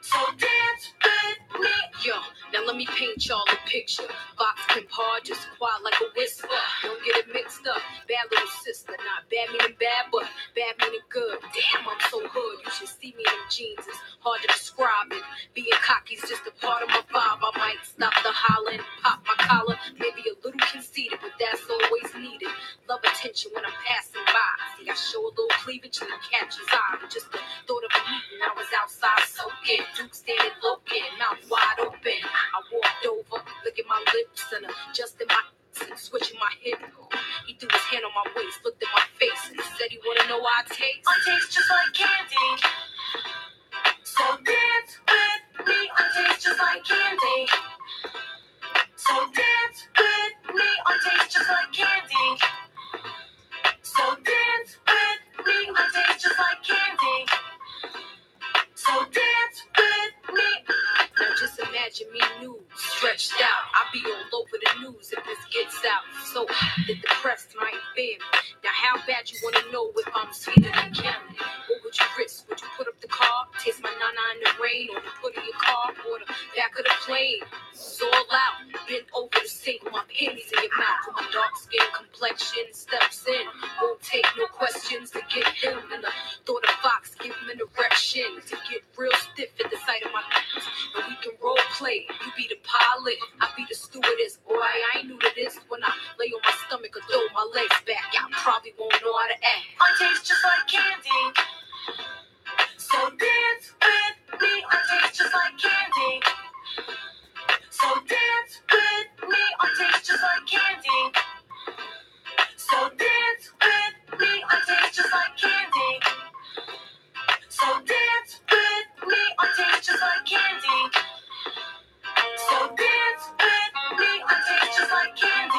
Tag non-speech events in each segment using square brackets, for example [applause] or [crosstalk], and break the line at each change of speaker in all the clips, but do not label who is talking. So dance with me. Yo, now let me paint y'all a picture. Box can par, just quiet like a whisper. Don't get it mixed up. Bad little sister, not bad meaning bad, but bad meaning good. Damn, I'm so hood. You should see me in them jeans. It's hard to describe it. Being cocky's just a part of my vibe. I might stop the hollering, pop my collar. Maybe a little conceited, but that's always needed. Love attention when I'm passing by. See, I show a little cleavage and it catches eye. Just a Thought of a meeting, I was outside soaking. Duke standing looking, mouth wide open. I walked over, look at my lips and adjusted my and switching my hip. He threw his hand on my waist, looked at my face, and he said he wanna know how I taste. I taste just like candy, so dance with me. I taste just like candy, so dance with me. I taste just like candy, so dance with me. I taste just like candy. So dance with me. Now just imagine me nude, stretched out. I'll be all over the news if this gets out. So [sighs] the depressed might bend. Now how bad you wanna know if I'm sweeter than Kim? What would you risk? Would you put up the car, taste my nana in the rain, or you put in your car or the back of the plane? It's all out. Bent over the sink with my panties in your mouth. With my dark skin complexion steps in. Won't take no questions to get him in the Throw the fox, give him an erection to get real stiff at the sight of my nuts. And we can role play. You be the pilot, I be the stewardess. Boy, I ain't new to this. When I lay on my stomach or throw my legs back, I probably won't know how to act. I taste just like candy, so dance with me. I taste just like candy, so dance with me. I taste just like candy, so dance with me. I taste just like candy. So dance with me, I taste just like candy. So dance with me, I taste just like candy.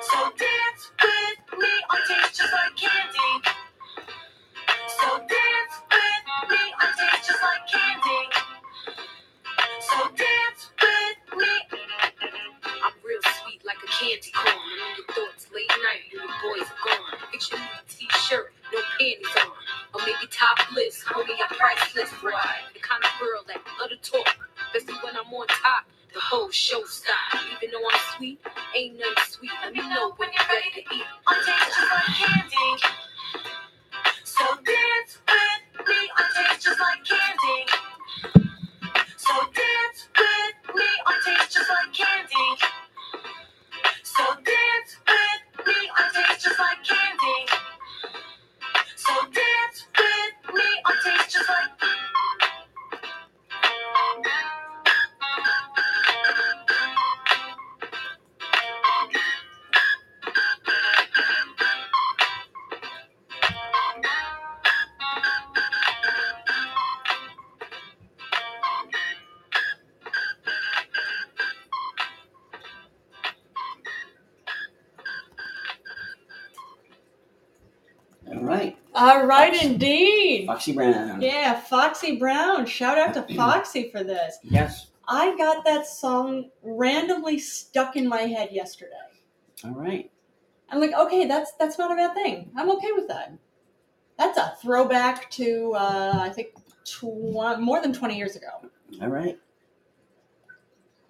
So dance with me, I taste just like candy. So dance with me, I taste just like candy. So dance with me. I'm real sweet like a candy corn. I'm in your thoughts late night when your boys are gone. Picture me in a t-shirt, no panties on. Or maybe topless, homie, I'm priceless. Right. The kind of girl that love to talk. Especially when I'm on top, the whole show style. Even though I'm sweet, ain't nothing sweet. Let me know when you're ready to eat. I taste just like candy. So dance with me, I taste just like candy. So dance with me, I taste just like candy. So dance with me, I taste just like candy. So dance with me, I taste just like. All right. All right, Fox- indeed. Foxy Brown. Yeah, Foxy Brown. Shout out to Foxy for this. Yes. I got that song randomly stuck in my head yesterday. All right. I'm like, okay, that's that's not a bad thing. I'm okay with that. That's a throwback to uh, I think tw- more than 20 years ago. All right.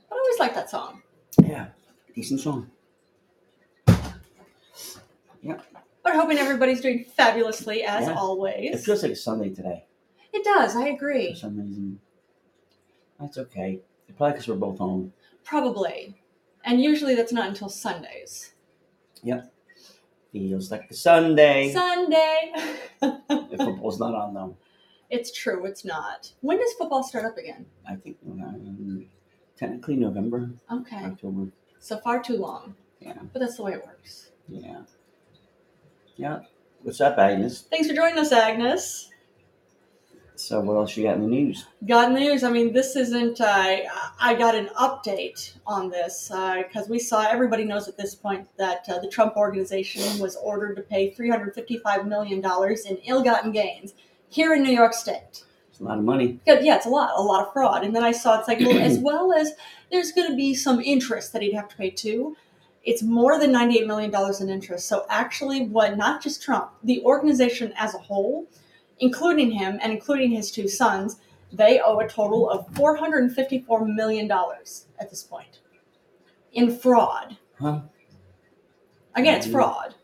But I always like that song. Yeah, decent song. Yeah. But hoping everybody's doing fabulously as Yeah. always. It feels like it's Sunday today. It does. I agree. For some reason, that's okay. Probably because we're both home. Probably, and usually that's not until Sundays. Yep. Feels like a Sunday. Sunday. [laughs] if football's not on though. It's true. It's not. When does football start up again? I think um, technically November. Okay. October. So far too long. Yeah. But that's the way it works. Yeah. Yeah. What's up, Agnes? Thanks for joining us, Agnes. So, what else you got in the news? Got in the news. I mean, this isn't. Uh, I got an update on this because we saw everybody knows at this point that uh, the Trump organization was ordered to pay 355 million dollars in ill-gotten gains
here in New York State.
It's a lot of money.
Because, yeah, it's a lot, a lot of fraud. And then I saw it's like, well,
[clears throat]
as well as there's going to be some interest that he'd have to pay too. It's more than $98 million in interest. So actually, what not just Trump, the organization as a whole, including him and including his two sons, they owe a total of $454 million at this point in fraud.
Huh? Mm-hmm.
Again, it's fraud.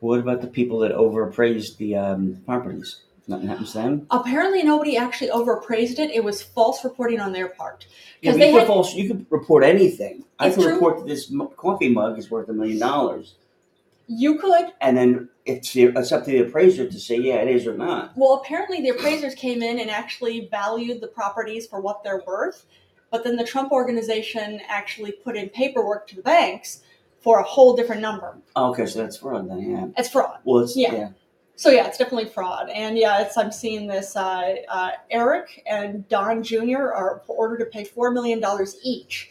What about the people that overappraised the um, properties? Nothing happens to them.
Apparently, nobody actually overappraised it. It was false reporting on their part.
Yeah,
'Cause
but you,
they
could
had-
false, you could report anything. I
It's
could
true.
report that this m- coffee mug is worth a million dollars,
You could
and then it's, the, it's up to the appraiser to say, yeah, it is or not.
Well, apparently the appraisers came in and actually valued the properties for what they're worth, but then the Trump organization actually put in paperwork to the banks for a whole different number.
Okay, so Oh, that's fraud then. Yeah.
It's fraud.
Well, it's
Yeah.
yeah.
So yeah, it's definitely fraud. And yeah, it's I'm seeing this. Uh, uh, Eric and Don Jr. are ordered to pay four million dollars each.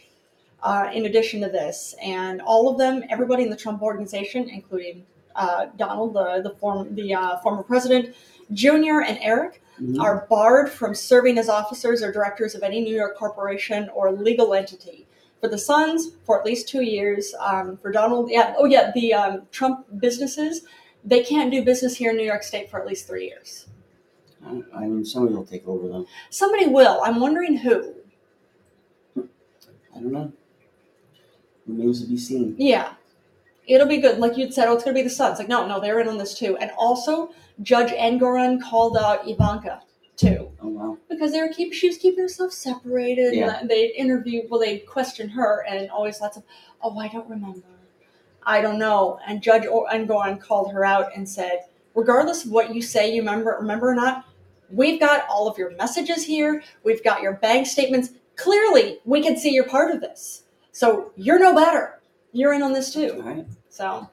Uh, in addition to this, and all of them, everybody in the Trump organization, including uh, Donald, the the, form, the uh, former president, Jr. and Eric,
Mhm.
are barred from serving as officers or directors of any New York corporation or legal entity. For the Suns, for at least two years. Um, for Donald, yeah, oh yeah, the um, Trump businesses, they can't do business here in New York State for at least three years.
I- I mean, somebody will take over though.
Somebody will. I'm wondering who.
I don't know. Remains to be seen.
Yeah, it'll be good. Like you'd said, oh, it's going to be the Suns. Like, no, no, they're in on this too. And also, Judge Engoron called out Ivanka too.
Oh wow.
because they were keep she was keeping herself separated. and
Yeah.
They interviewed, well, they questioned her, and always lots of, oh, I don't remember, I don't know. And Judge o- Engoron called her out and said, regardless of what you say, you remember, remember or not, we've got all of your messages here. We've got your bank statements. Clearly, we can see you're part of this. So you're no better. You're in on this
All
too.
right.
So,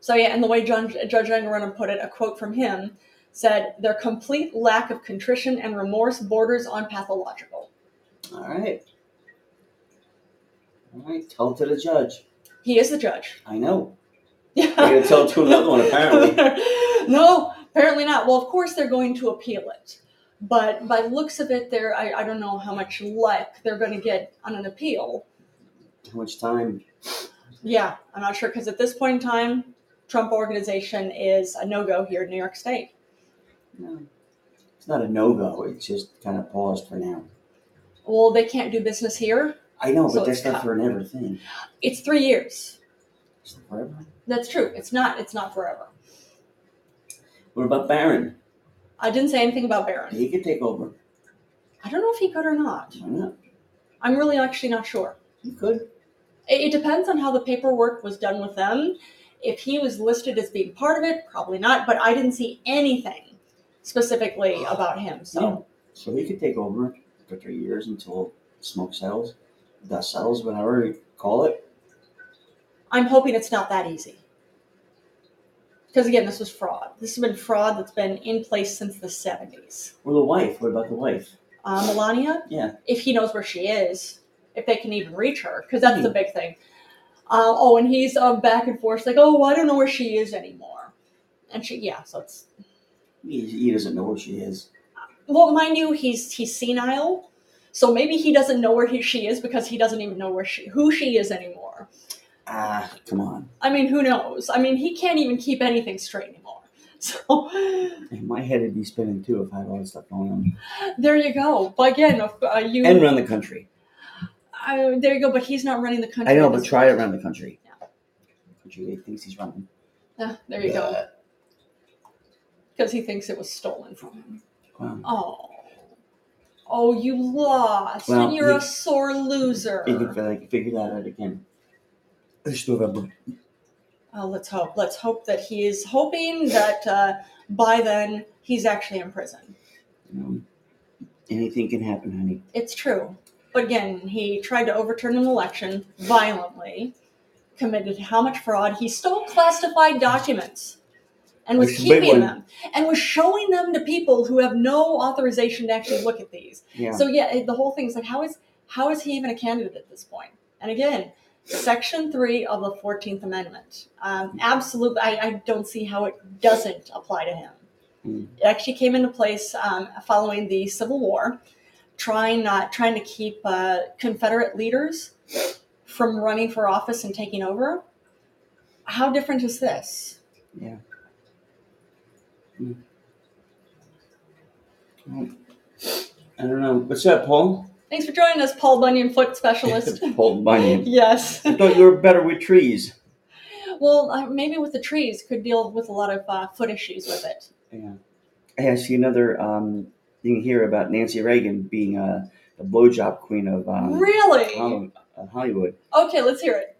so yeah, and the way Judge, Judge Engeron put it, a quote from him said, "Their complete lack of contrition and remorse borders on pathological."
All right. All right. Tell it to the judge.
He is the judge.
I
[laughs]
know.
Yeah.
They're gonna tell it to another one apparently.
[laughs] no, apparently not. Well, of course they're going to appeal it, but by the looks of it, there I, I don't know how much luck they're going to get on an appeal.
How much time?
Yeah, I'm not sure because at this point in time, Trump organization is a no go here in New York State.
No. It's not a no go. It's just kind of paused for now.
Well, they can't do business here.
I know,
So
but that's
it's
not
cut.
for an ever thing.
It's three years.
It's not forever.
That's true. It's not. It's not forever.
What about Barron?
I didn't say anything about Barron.
He could take over.
I don't know if he could or not.
Why not?
I'm really actually not sure.
He could.
It, it depends on how the paperwork was done with them. If he was listed as being part of it, probably not. But I didn't see anything specifically about him. So
So he could take over for three years until smoke settles, dust settles, whatever you call it.
I'm hoping it's not that easy. Because again, this was fraud. This has been fraud that's been in place since the 70s.
Or the wife. What about the wife?
Uh, Melania,
Yeah.
if he knows where she is, if they can even reach her, because that's
Hmm.
the big thing. Uh, oh, and he's um, back and forth, like, oh, I don't know where she is anymore. And she, yeah, so it's
He, he doesn't know where she is.
well, mind you, he's he's senile, so maybe he doesn't know where he, she is because he doesn't even know where she who she is anymore.
Ah, come on.
I mean, who knows? I mean, he can't even keep anything straight anymore. [laughs] So
And my head would be spinning too if I had all this stuff going on.
there you go. But again, if, uh, you
And run the country.
uh, there you go. But he's not running the country.
I know,
at
but
this
try it
point.
around the country.
Yeah.
Country he thinks he's running.
Ah, there you go.
Uh,
because he thinks it was stolen from him.
Wow.
Oh, oh, you lost,
Well,
and you're
you-
a sore loser.
You can feel like uh, figure that out again. It's November.
Oh, let's hope. Let's hope that he is hoping that uh, by then he's actually in prison.
You know, Um, anything can happen, honey.
It's true. But again, he tried to overturn an election violently, committed how much fraud? He stole classified documents and was
That's a big one.
keeping them and was showing them to people who have no authorization to actually look at these.
Yeah.
So yeah, it- the whole thing's like, how is how is he even a candidate at this point? And again, Section three of the Fourteenth Amendment, um, absolutely, I, I don't see how it doesn't apply to him.
Mm.
It actually came into place um, following the Civil War, trying not trying to keep uh, Confederate leaders from running for office and taking over. How different is this?
I don't know. What's that, Paul?
Thanks for joining us, Paul Bunyan,
[laughs]
foot specialist.
Paul Bunyan.
yes.
I thought you were better with trees.
Well, uh, maybe with the trees could deal with a lot of uh, foot issues with it.
Yeah. Hey, I see another um, thing here about Nancy Reagan being uh, the blowjob queen of um,
really?
Holly- uh, Hollywood.
okay, let's hear it.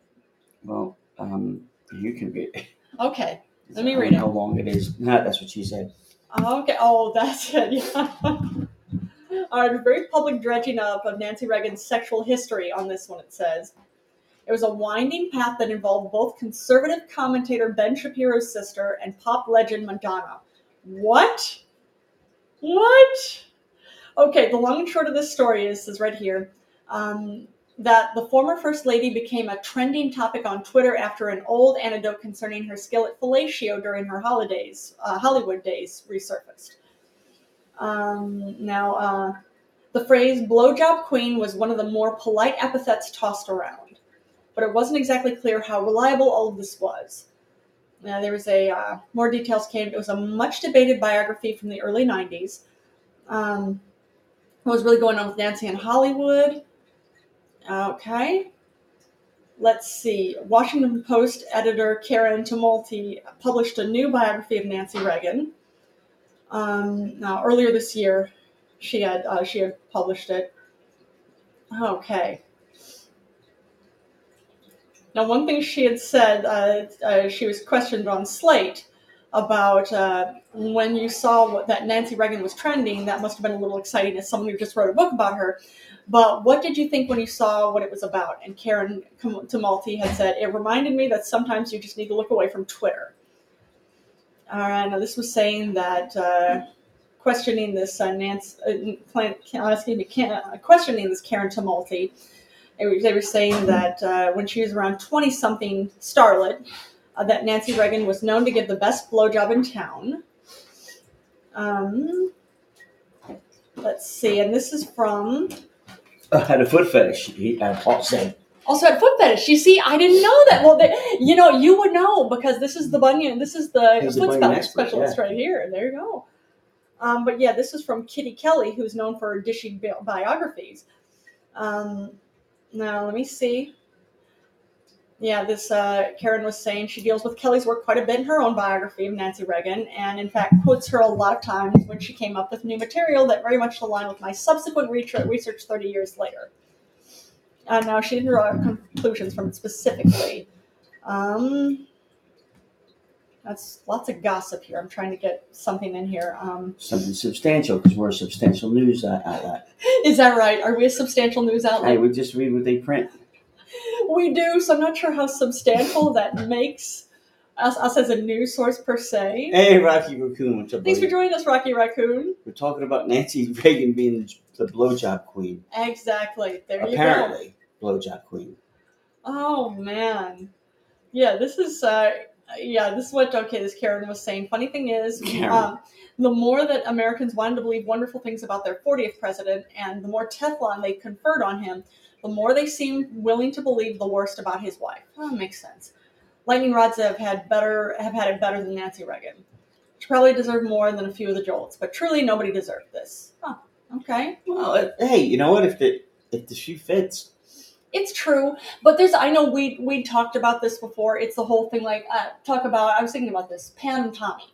Well, um, you can read it.
Okay. Let me
I don't
read it.
know How long it is. Nah, that's what she said.
Okay. Oh, [laughs] that's it. Yeah. All right. A very public dredging up of Nancy Reagan's sexual history on this one. It says it was a winding path that involved both conservative commentator Ben Shapiro's sister and pop legend Madonna. What? What? Okay. The long and short of this story is is right here. Um, that the former first lady became a trending topic on Twitter after an old anecdote concerning her skill at fellatio during her holidays, uh, Hollywood days, resurfaced. Um, now, uh, the phrase "blowjob queen" was one of the more polite epithets tossed around, but it wasn't exactly clear how reliable all of this was. Now, there was a uh, more details came. It was a much debated biography from the early '90s. Um, what was really going on with Nancy in Hollywood? Okay. Let's see. Washington Post editor Karen Tumulty published a new biography of Nancy Reagan. Um, now, earlier this year, she had uh, she had published it. Okay. Now, one thing she had said, uh, uh, she was questioned on Slate about uh, when you saw what, that Nancy Reagan was trending. That must have been a little exciting as someone who just wrote a book about her. But what did you think when you saw what it was about? And Karen Tum- Tumulty had said, It reminded me that sometimes you just need to look away from Twitter. All right, now this was saying that uh, questioning this uh, Nancy, uh, Plan- uh, excuse me, Can- uh, questioning this Karen Tumulty, it was, they were saying that uh, when she was around 20 something starlet, uh, that Nancy Reagan was known to give the best blowjob in town. Um, let's see, and this is from.
I had a foot fetish. He, uh, Paul said.
Also had foot fetish. You see, I didn't know that. Well, they, you know, you would know because this is the bunion. This is the
He's a
foot
bunion
spell
expert,
specialist
yeah.
right here. There you go. Um, but yeah, this is from Kitty Kelly, who's known for dishing bi- biographies. Um, now, let me see. Yeah, this uh, Karen was saying she deals with Kelly's work quite a bit in her own biography of Nancy Reagan, and in fact quotes her a lot of times when she came up with new material that very much aligned with my subsequent research, research 30 years later. Uh, now she didn't draw conclusions from it specifically. Um, that's lots of gossip here. I'm trying to get something in here. Um,
Something substantial because we're a substantial news uh, outlet.
is that right? Are we a substantial news
Hey,
outlet?
we just read what they print.
We do, so I'm not sure how substantial that makes us, us as a news source per se.
Hey, Rocky Raccoon, what's up,
Thanks for
buddy?
joining us, Rocky Raccoon.
We're talking about Nancy [laughs] Reagan being the blowjob queen.
Exactly. There you go.
Apparently, blowjob queen.
Oh man, yeah. This is uh, yeah. This is what okay. This Karen was saying. Funny thing is,
Karen.
um, the more that Americans wanted to believe wonderful things about their 40th president, and the more Teflon they conferred on him, the more they seemed willing to believe the worst about his wife. Oh, makes sense. Lightning rods have had better have had it better than Nancy Reagan. She probably deserved more than a few of the jolts, but truly nobody deserved this. Huh. Okay.
Well, it- hey, you know what? If the if the shoe fits,
It's true, but there's I know we we talked about this before. It's the whole thing like uh, talk about I was thinking about this Pan and Tommy.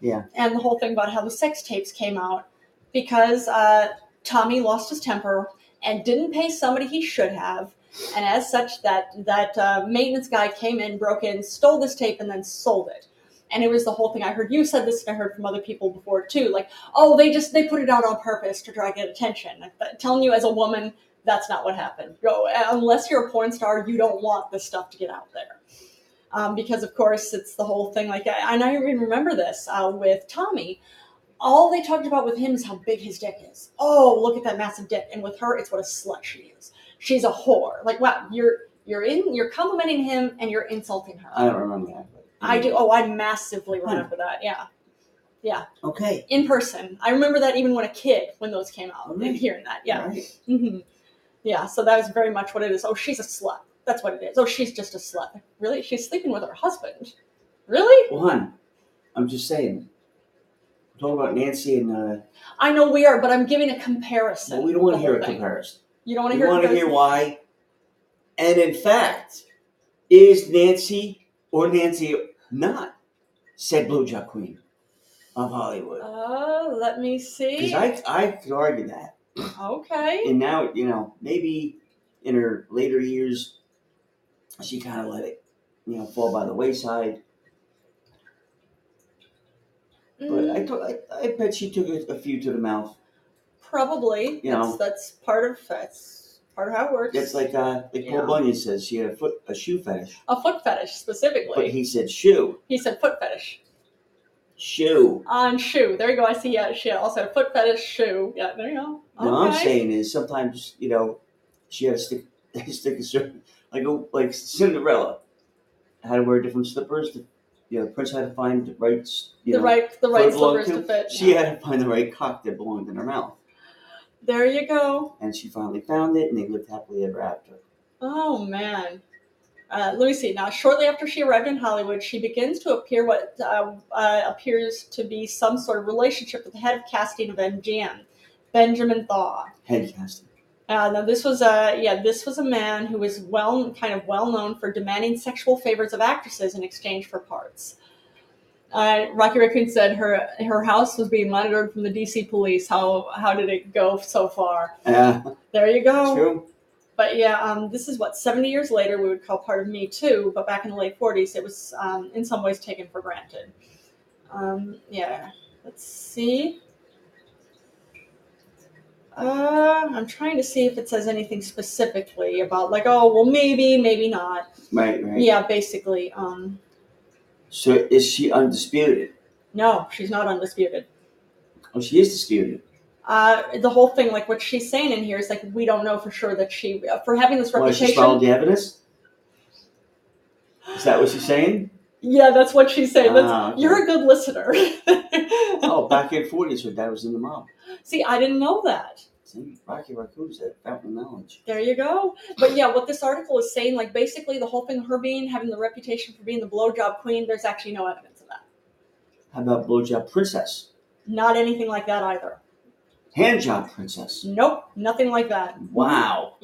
Yeah.
And the whole thing about how the sex tapes came out because uh, Tommy lost his temper and didn't pay somebody he should have, and as such that that uh, maintenance guy came in, broke in, stole this tape, and then sold it. And it was the whole thing. I heard you said this, and I heard from other people before too. Like, oh, they just they put it out on purpose to try to get attention. I'm telling you, as a woman, that's not what happened. No, unless you're a porn star, you don't want this stuff to get out there. Um, because, of course, it's the whole thing. Like, I, and I even remember this uh, with Tommy. All they talked about with him is how big his dick is. Oh, look at that massive dick. And with her, it's what a slut she is. She's a whore. Like, wow, you're you're in you're complimenting him and you're insulting her.
I don't remember that. But Hmm.
I do. Oh, I massively run up with that. Yeah. Yeah.
Okay.
in person. I remember that even when a kid, when those came out,
Really?
and hearing that. Yeah.
Right.
hmm Yeah. So that was very much what it is. Oh, she's a slut. That's what it is. Oh, she's just a slut. Really? She's sleeping with her husband. Really?
Well, hon, I'm just saying. I'm talking about Nancy and. Uh,
I know we are, but I'm giving a comparison.
well, we don't want
the
to hear
whole
a
thing.
comparison.
You don't want to
We
hear. a
want to hear
comparison?
why. And in fact, is Nancy or Nancy not said Blue Jack Queen of Hollywood?
Uh, let me
Because
see.
I I could argue that.
okay.
and now you know maybe in her later years she kind of let it you know fall by the wayside but I,
Mm,
thought- I, I bet she took a, a few to the mouth
probably.
you
that's,
know.
that's part of that's part of how it works.
that's like uh like
Yeah.
paul bunyan says she had a foot a shoe fetish
a foot fetish
but
specifically.
he said shoe
He said foot fetish.
shoe
on shoe. There you go. I see. Yeah, she also had foot fetish shoe. Yeah, there you go.
what i'm
Okay.
saying is sometimes you know she had to stick [laughs] stick a certain like a, like cinderella had to wear different slippers to, you know prince had to find the right s- you
the
know,
right, the
foot
right
it belonged
slippers to fit.
She
Yeah.
had to find the right cock that belonged in her mouth.
There you go.
And she finally found it, and they lived happily ever after.
Oh man. Uh, let me see. Now, shortly after she arrived in Hollywood, she begins to appear what uh, uh, appears to be some sort of relationship with the head of casting of MGM, Benjamin Thaw.
Head casting.
Uh, now this was a yeah this was a man who was well kind of well known for demanding sexual favors of actresses in exchange for parts. Uh, Rocky Raccoon said her her house was being monitored from the DC police. How how did it go so far?
Yeah,
There you go.
true.
But yeah, um, this is what 70 years later we would call part of Me Too, but back in the late 40s it was um, in some ways taken for granted. Um, yeah, let's see. Uh, I'm trying to see if it says anything specifically about, like, oh, well, maybe, maybe not.
Right, right.
Yeah, basically. Um,
So is she undisputed?
no, she's not undisputed.
Oh, she is disputed.
Uh, the whole thing, like what she's saying in here, is like we don't know for sure that she, uh, for having this
Why
reputation.
she followed the evidence? Is that what she's
[laughs]
saying?
Yeah, that's what she's saying. That's,
Ah, okay.
You're a good listener.
[laughs] Oh, back in forties, her dad was in the mob.
See, I didn't know that.
See, Rocky Raccoon's that fountain of knowledge.
There you go. But yeah, what this article is saying, like basically the whole thing, her being having the reputation for being the blowjob queen, there's actually no evidence of that.
How about blowjob princess?
Not anything like that either.
Handjob princess.
Nope, nothing like that.
Wow.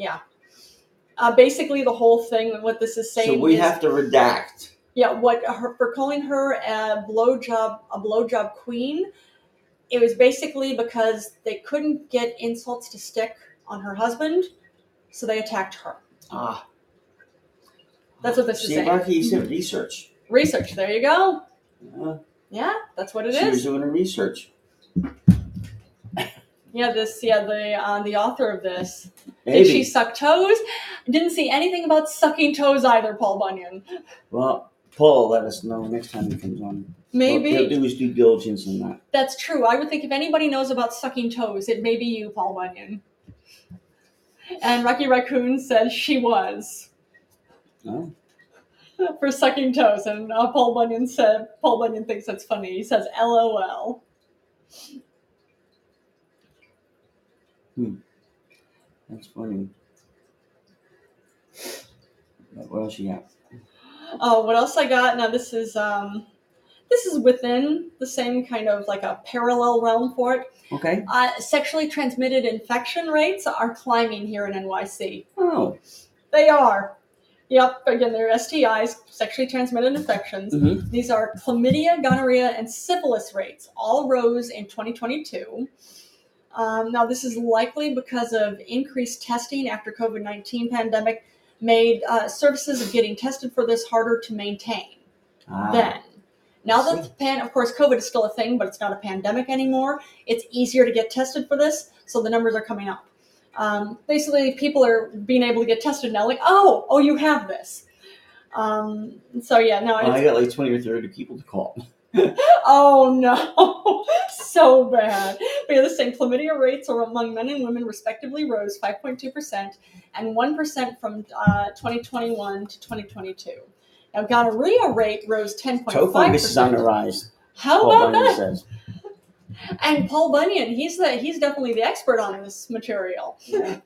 Uh, basically, the whole thing, what this is saying,
So we
is,
have to redact.
yeah, what her, for calling her a blowjob a blowjob queen, it was basically because they couldn't get insults to stick on her husband, so they attacked her.
Ah.
That's what this is
See,
saying. Hmm.
Rocky, you said research.
Research. There you go.
Yeah.
Yeah, that's what it
she
is.
was doing her research.
Yeah, this. Yeah, the uh, the author of this. Did she
Maybe.
suck toes? Didn't see anything about sucking toes either, Paul Bunyan.
Well, Paul, will let us know next time he comes on. What he'll
Maybe
do his due diligence on that.
that's true. I would think if anybody knows about sucking toes, it may be you, Paul Bunyan. And Rocky Raccoon says she was [laughs]
Oh.
for sucking toes, and uh, Paul Bunyan said Paul Bunyan thinks that's funny. He says, "LOL."
That's funny. But What else you got?
Oh, what else I got? Now this is um, this is within the same kind of like a parallel realm for it.
Okay.
Uh, sexually transmitted infection rates are climbing here in NYC.
Oh.
They are. Yep, again, they're STIs, sexually transmitted infections.
hmm
These are chlamydia, gonorrhea, and syphilis rates, all rose in 2022. Um, now, this is likely because of increased testing after COVID 19 pandemic made uh, services of getting tested for this harder to maintain
Ah.
then. Now that the pan, of course, COVID is still a thing, but it's not a pandemic anymore. It's easier to get tested for this, so the numbers are coming up. Um, basically, people are being able to get tested now. Like, oh, oh, you have this. Um, so yeah, no,
I
it's,
got like 20 or 30 people to call.
oh no, [laughs] so bad. But yeah, the same chlamydia rates are among men and women respectively rose 5.2 percent and 1 percent from uh, 2021 to 2022. Now gonorrhea rate rose 10.5
Tophobius
percent.
is on the rise,
How
Paul
about
Bunyan
that?
says.
And Paul Bunyan, he's the he's definitely the expert on this material.
Yeah.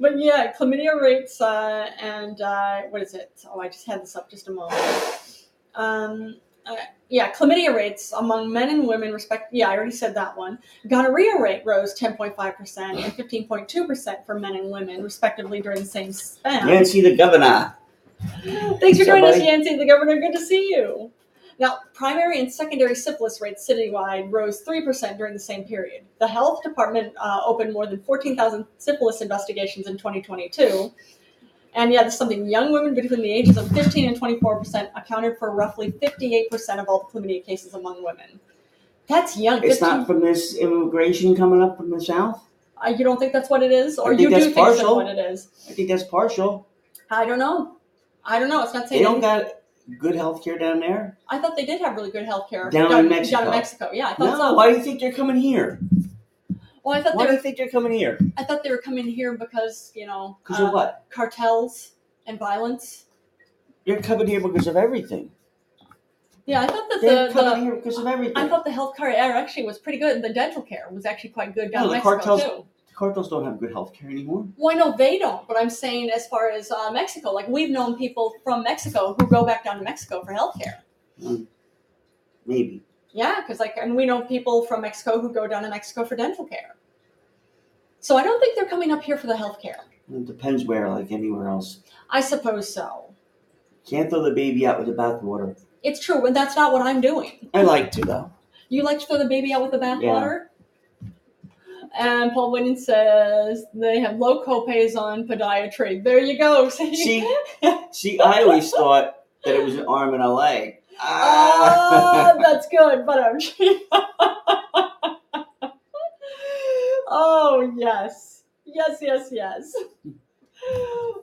But yeah, chlamydia rates uh, and uh, what is it? Oh, I just had this up just a moment. Um, uh, yeah, chlamydia rates among men and women respect. Yeah, I already said that one. Gonorrhea rate rose 10.5% and 15.2% for men and women, respectively, during the same span.
Nancy the governor.
Thanks for joining us,
Somebody-
Yancy, the governor. Good to see you. Now, primary and secondary syphilis rates citywide rose 3% during the same period. The health department uh, opened more than 14,000 syphilis investigations in 2022. And yeah, this is something young women between the ages of 15 and 24% accounted for roughly 58% of all the chlamydia cases among women. That's young.
It's
15
not from this immigration coming up from the south.
uh, you don't think that's what it is? Or
I think
you do
that's
think that's
partial.
what it is?
I think that's partial.
I don't know. I don't know. It's not saying
They don't
anything.
got good health care down there.
I thought they did have really good health care
Down in
Down
Mexico.
in Mexico, yeah. I thought
No,
so.
why do you think they're coming here?
Well, I thought
Why
they
do
were,
you think they're coming here?
I thought they were coming here because you know
Because
uh,
of what?
cartels and violence.
You're coming here because of everything.
Yeah, I thought that
They're
the,
coming
the
here because of everything.
I thought the health care actually was pretty good. The dental care was actually quite good down
No,
in
the
Mexico
cartels-
too.
Cartels don't have good health care anymore.
Well, I know they don't, but I'm saying as far as uh, Mexico, like we've known people from Mexico who go back down to Mexico for health care.
Maybe.
Yeah, because like, and we know people from Mexico who go down to Mexico for dental care. So I don't think they're coming up here for the health care.
It depends where, like anywhere else.
I suppose so.
Can't throw the baby out with the bathwater.
It's true, and that's not what I'm doing.
I like to though.
You like to throw the baby out with the
Yeah.
bathwater? And Paul Winnan says they have low copays on podiatry. There you go. [laughs]
See, see, I always thought that it was an arm and a leg. Ah. [laughs]
Ah, that's good, but I'm. [laughs] oh yes, yes, yes, yes.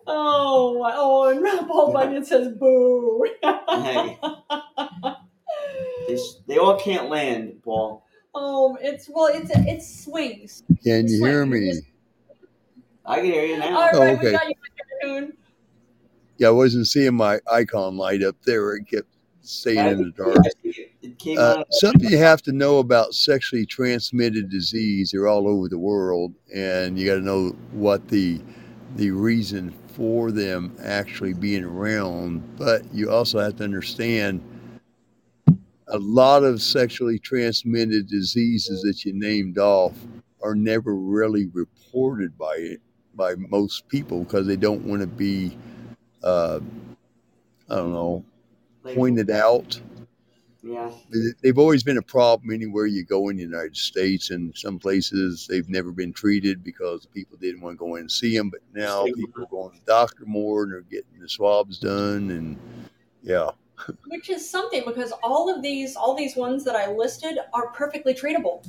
Oh, wow. oh, and [laughs] Paul Bunyan says boo. [laughs]
hey, this, they all can't land, Paul.
Oh, it's well, it's it swings.
Can you hear
Swing.
me?
I can hear you now.
All right,
Oh,
we
okay.
got you, Coon.
Yeah, I wasn't seeing my icon light up there. It kept staying in the dark.
It came
Uh,
out.
something you have to know about sexually transmitted disease. They're all over the world, and you got to know what the the reason for them actually being around. But you also have to understand a lot of sexually transmitted diseases that you named off are never really reported by it by most people because they don't want to be. Uh, I don't know,
like,
pointed out
Yeah.
they've always been a problem anywhere you go in the United States. And some places they've never been treated because people didn't want to go in and see them. But now people are going to the doctor more and they're getting the swabs done. And yeah,
which is something because all of these all these ones that i listed are perfectly treatable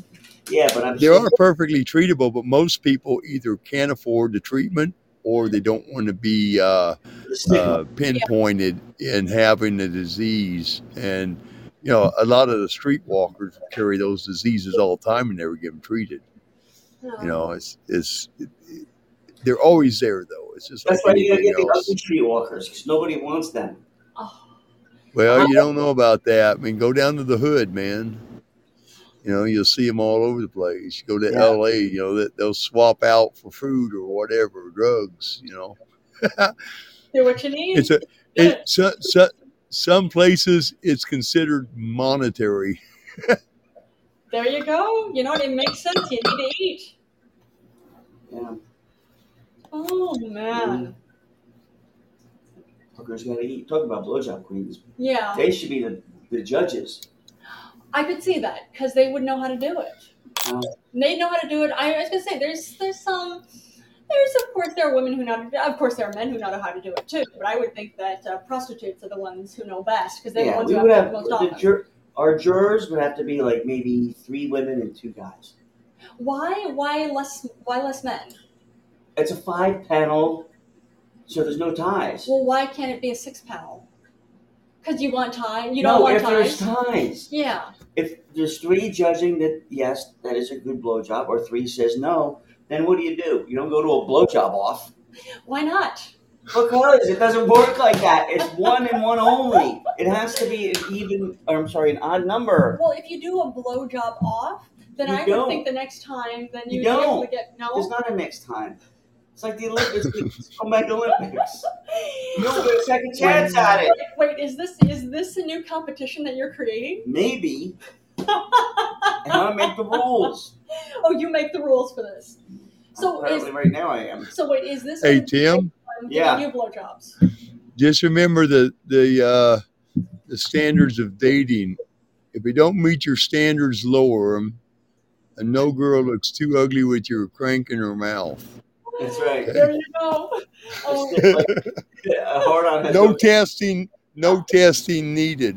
Yeah, but I'm
they
still,
are perfectly treatable, but most people either can't afford the treatment or they don't want to be uh, uh, pinpointed in having the disease. And, you know, a lot of the streetwalkers carry those diseases all the time and never get them treated.
Oh.
You know,
Um,
it's it's it, it- they're always there though. It's just like
that's why you gotta
anything
get the
else.
ugly tree walkers because nobody wants them.
Oh,
Well, you don't
[laughs]
know about that. I mean, go down to the hood, man. You know, you'll see them all over the place. You go to
Yeah.
L.A., you know that they'll swap out for food or whatever, drugs. You know,
do what you need
it's a it, so, so, some places it's considered monetary.
there you go you know what, it makes sense you need to eat
Yeah.
oh man
Hookers gotta eat. Talk about blowjob queens.
yeah
They should be the, the judges.
i could see that because they would know how to do it
Uh.
they know how to do it i was gonna say there's there's some there's of course there are women who know of course there are men who know how to do it too but i would think that uh, prostitutes are the ones who know best because they're the
yeah,
ones
we
who
would
have
have
the most
the
often
jur- our jurors would have to be like maybe three women and two guys.
why why less why less men
It's a five panel, so there's no ties.
Well, why can't it be a six panel? Because you want time. You
no,
don't want
if there's
ties.
ties.
Yeah.
If there's three judging that yes, that is a good blowjob, or three says no, then what do you do? You don't go to a blowjob off
Why not?
because it doesn't work like that. It's one and one only. It has to be an even. Or I'm sorry, an odd number.
Well, if you do a blowjob off, Then
You
I would
don't.
think the next time, then
You
you'd be able to
don't.
get no. [gasps]
There's not a next time. It's like the Olympics. It's come back to Olympics. You'll get a second chance at it.
Wait, is this is this a new competition that you're creating?
Maybe. and I make the rules.
Oh, you make the rules for this. So is
Apparently, right now I am.
so wait, is this
Hey
when
Tim,
I'm
Yeah.
giving you blowjobs?
just remember the the uh, the standards of dating. If you don't meet your standards, lower 'em. And no girl looks too ugly with your crank in her mouth.
That's right.
There you go.
[laughs]
Oh,
A hard on has
No
no,
testing, no testing needed.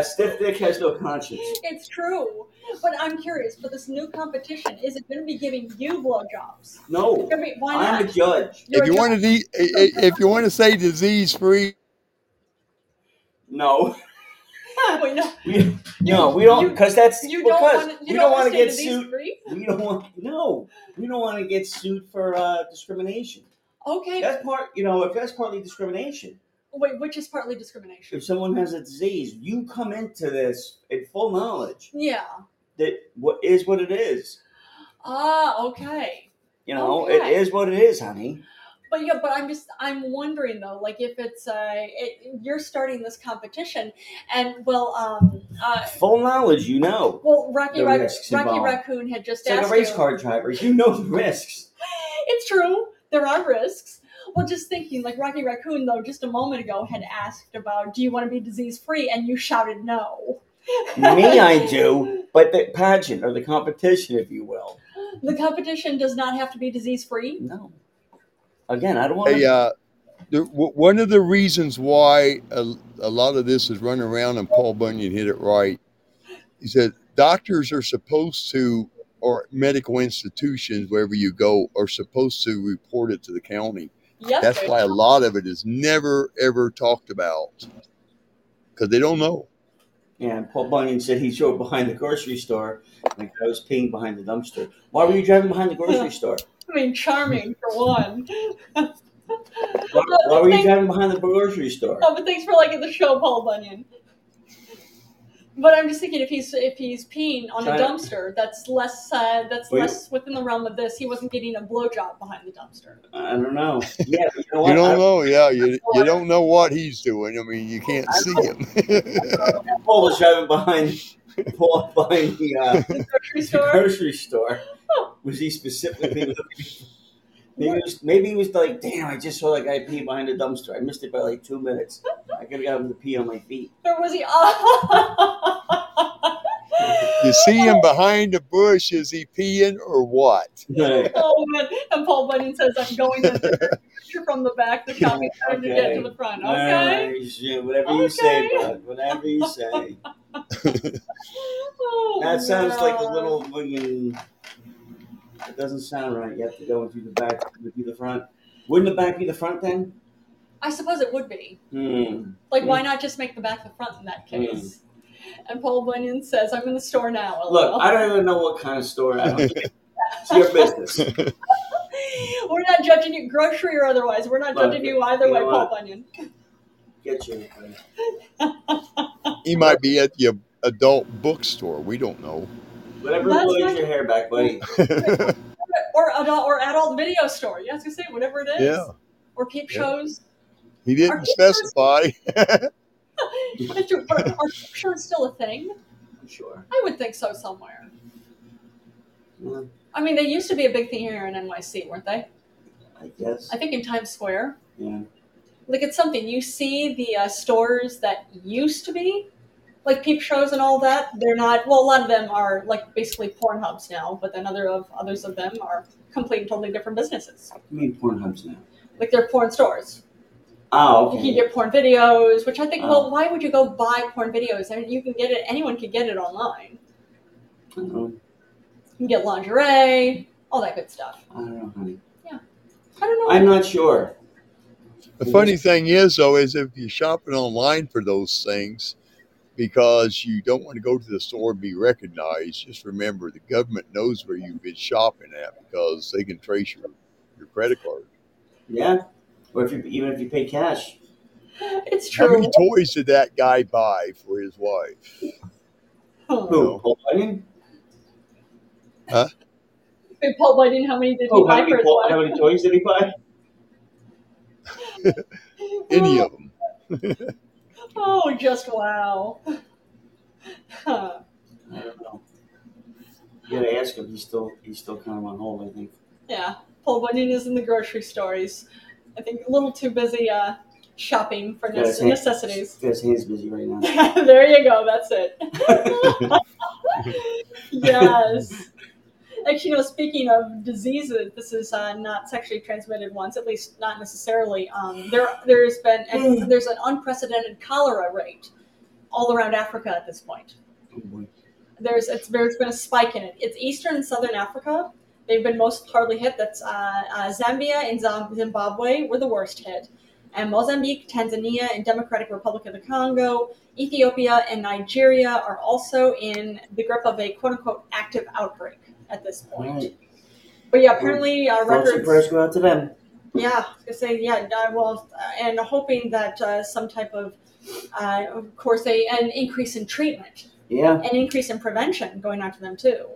a stiff dick has no conscience.
it's true. But I'm curious, for this new competition, is it going to be giving you blowjobs?
No,
I mean, why
I'm a
not?
judge.
You're
if you
a
want to, de- i- i- if you want to say disease free,
No,
judge. [laughs] Wait, no,
we, no, we don't because that's
you don't
because
want to.
we don't want to get
these
sued.
Three?
We don't want no. We don't want to get sued for uh, discrimination.
Okay.
That's part, you know, if that's partly discrimination.
Wait, which is partly discrimination.
If someone has a disease, you come into this in full knowledge
Yeah.
that what is what it is.
Ah, okay.
You know,
Okay.
it is what it is, honey.
But yeah, but I'm just I'm wondering though, like if it's uh, it, you're starting this competition, and well, um, uh,
Full knowledge, you know.
well, Rocky
The
Rac-
risks
Rocky
involved.
Raccoon had just
It's like
asked
a race
you-
car driver. You know the risks.
[laughs] It's true. There are risks. Well, just thinking, like Rocky Raccoon, though, just a moment ago had asked about, do you want to be disease free? And you shouted no.
Me, I do, but the pageant or the competition, if you will.
The competition does not have to be disease free.
No. Again, I don't want
hey,
to.
uh, the, w- one of the reasons why a, a lot of this is run around, and Paul Bunyan hit it right. He said doctors are supposed to, or medical institutions, wherever you go, are supposed to report it to the county.
Yep.
That's why a lot of it is never ever talked about because they don't know.
And Paul Bunyan said he drove behind the grocery store, like I was peeing behind the dumpster. Why were you driving behind the grocery store?
I mean, charming for one. [laughs]
Why, why were you driving behind the grocery store?
Oh, but thanks for liking the show, Paul Bunyan. But I'm just thinking, if he's if he's peeing on a
China.
dumpster, that's less uh, that's
Well, you-
less within the realm of this. He wasn't getting a blowjob behind the
[laughs]
dumpster.
I don't know. Yeah, but you know what? I-
You don't know, yeah. You, you don't know what he's doing. I mean, you can't see him. [laughs]
Paul was driving behind
[laughs]
Paul behind the, uh,
The grocery
the
store.
grocery store. Was he specifically looking? Maybe he,
Oh. [laughs] What?
was, maybe he was like, "Damn, I just saw that guy pee behind a dumpster. I missed it by like two minutes. I could have got him to pee on my
[laughs]
feet."
Or was he? Oh.
you see him behind the bush. Is he peeing or what? [laughs]
Right.
Oh man! And Paul Bunyan says, "I'm going in the picture from the back. The copy trying to get to the front." Okay.
Alright, shit, whatever you say,
Okay.
bud. Whatever you say.
[laughs] Oh,
That sounds like a
man.
little fucking. It doesn't sound right. You have to go through the back, through the front. Wouldn't the back be the front then?
I suppose it would be.
Hmm.
Like, why not just make the back the front in
Mm.
that case? And Paul Bunyan says, I'm in the store now. Oh, LOL."
Look, I don't even know what kind of store. I don't it's your business.
[laughs] We're not judging you, grocery or otherwise. We're not
Look,
judging you either
you
way,
know
Paul
what?
Bunyan.
Get you. anything.
[laughs] He might be at the adult bookstore. We don't know. [laughs]
Whatever
That's
blows
not-
your hair back, buddy.
Or adult, or adult video store. Yeah, I was going to say, whatever it is.
Yeah.
Or peep
Yeah.
shows.
he
Are
didn't
you
specify.
That's true. But are peep shows still a thing?
I'm sure.
I would think so somewhere.
Yeah,
I mean, they used to be a big thing here in NYC, weren't they?
I guess.
I think in Times Square.
Yeah.
Like, it's something. You see the uh, stores that used to be, like peep shows and all that. They're not, well, a lot of them are like basically porn hubs now, but then other of others of them are complete and totally different businesses.
I mean, Pornhub's now.
Like, they're porn stores.
Oh,
You can
okay.
get porn videos, which I think, well,
Oh.
why would you go buy porn videos? I mean, you can get it, anyone can get it online.
I don't know,
You can get lingerie, all that good stuff.
I don't know honey.
I don't know.
I'm not sure.
The funny thing is, though, is if you're shopping online for those things, because you don't want to go to the store and be recognized, just remember the government knows where you've been shopping at because they can trace your, your credit card.
Yeah. Or if you, even if you pay cash.
it's
How
true.
many toys did that guy buy for his wife?
Huh.
Who? Paul Bunyan?
Huh?
Big Paul Bunyan, how many did he
Oh,
buy
how many,
for his
Paul,
wife?
how many toys did he buy?
Any of them.
Oh, just wow. [laughs] Huh.
I don't know. You gotta ask him. He's still he's still kind of on hold. I think.
Yeah, Paul Bunyan is in the grocery store. He's, I think, a little too busy uh, shopping for
Yeah,
necess-
it's-
necessities. [laughs]
His hands busy right now. Oh,
there you go. That's it. yes. Actually, you know, speaking of diseases, this is uh, not sexually transmitted ones, at least not necessarily. Um, there, there's been and there's an unprecedented cholera rate all around Africa at this point.
Oh, boy.
There's it's, there's been a spike in it. It's eastern and southern Africa. They've been most hardly hit. That's uh, uh, Zambia and Zam- Zimbabwe were the worst hit, and Mozambique, Tanzania, and Democratic Republic of the Congo, Ethiopia, and Nigeria are also in the grip of a quote unquote active outbreak at this
All
point.
right.
But yeah, apparently uh,
Thoughts and
records.
prayers go out to them.
Yeah, I was gonna say yeah. uh, Well, uh, and hoping that uh, some type of, uh, of course, a, an increase in treatment
Yeah.
an increase in prevention going on to them too.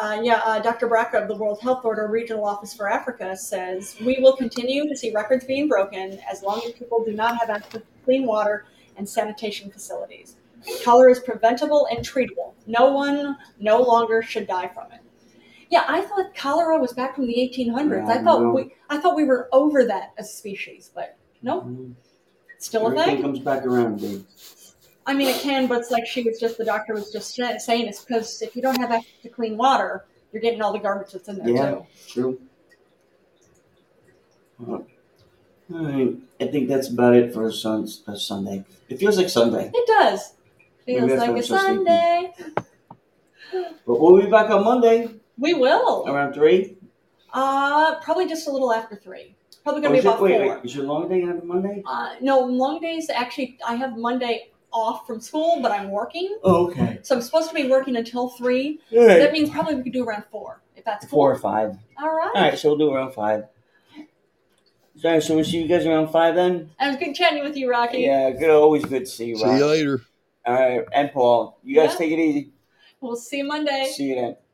Uh, yeah, uh, Dr. Braca of the World Health Order Regional Office for Africa says we will continue to see records being broken as long as people do not have access to clean water and sanitation facilities. Cholera is preventable and treatable. No one no longer should die from it. Yeah, I thought cholera was back from the 1800s. I
No.
thought we I thought we were over that as a species, but no, it's still a
Mm-hmm. Everything
thing.
comes back around, dude.
I mean, it can, but it's like she was just the doctor was just sa- saying it's because if you don't have access to clean water, you're getting all the garbage that's in there
Yeah.
too.
True. All right. I think that's about it for sun, uh, Sunday. It feels like Sunday,
It does.
Maybe
Feels
that's
like
why I'm
a
so sleepy.
Sunday.
but we'll be back on Monday
We will.
around three.
Uh, probably just a little after three. Probably
Oh,
gonna
is
be
your-
about
wait,
four.
wait, is your long day on Monday?
Uh, no, long days. Actually, I have Monday off from school, but I'm working,
Oh, okay.
so I'm supposed to be working until three.
All right.
That means probably we could do around four if that's cool.
Four or five.
All right.
All right, so we'll do around five. All right, so we'll see you guys around five then.
I was good chatting with you, Rocky.
Yeah, good. Always good to see you,
See you
Rob.
later.
All right, and Paul, you guys
Yeah.
take it easy.
We'll see you Monday.
See you then.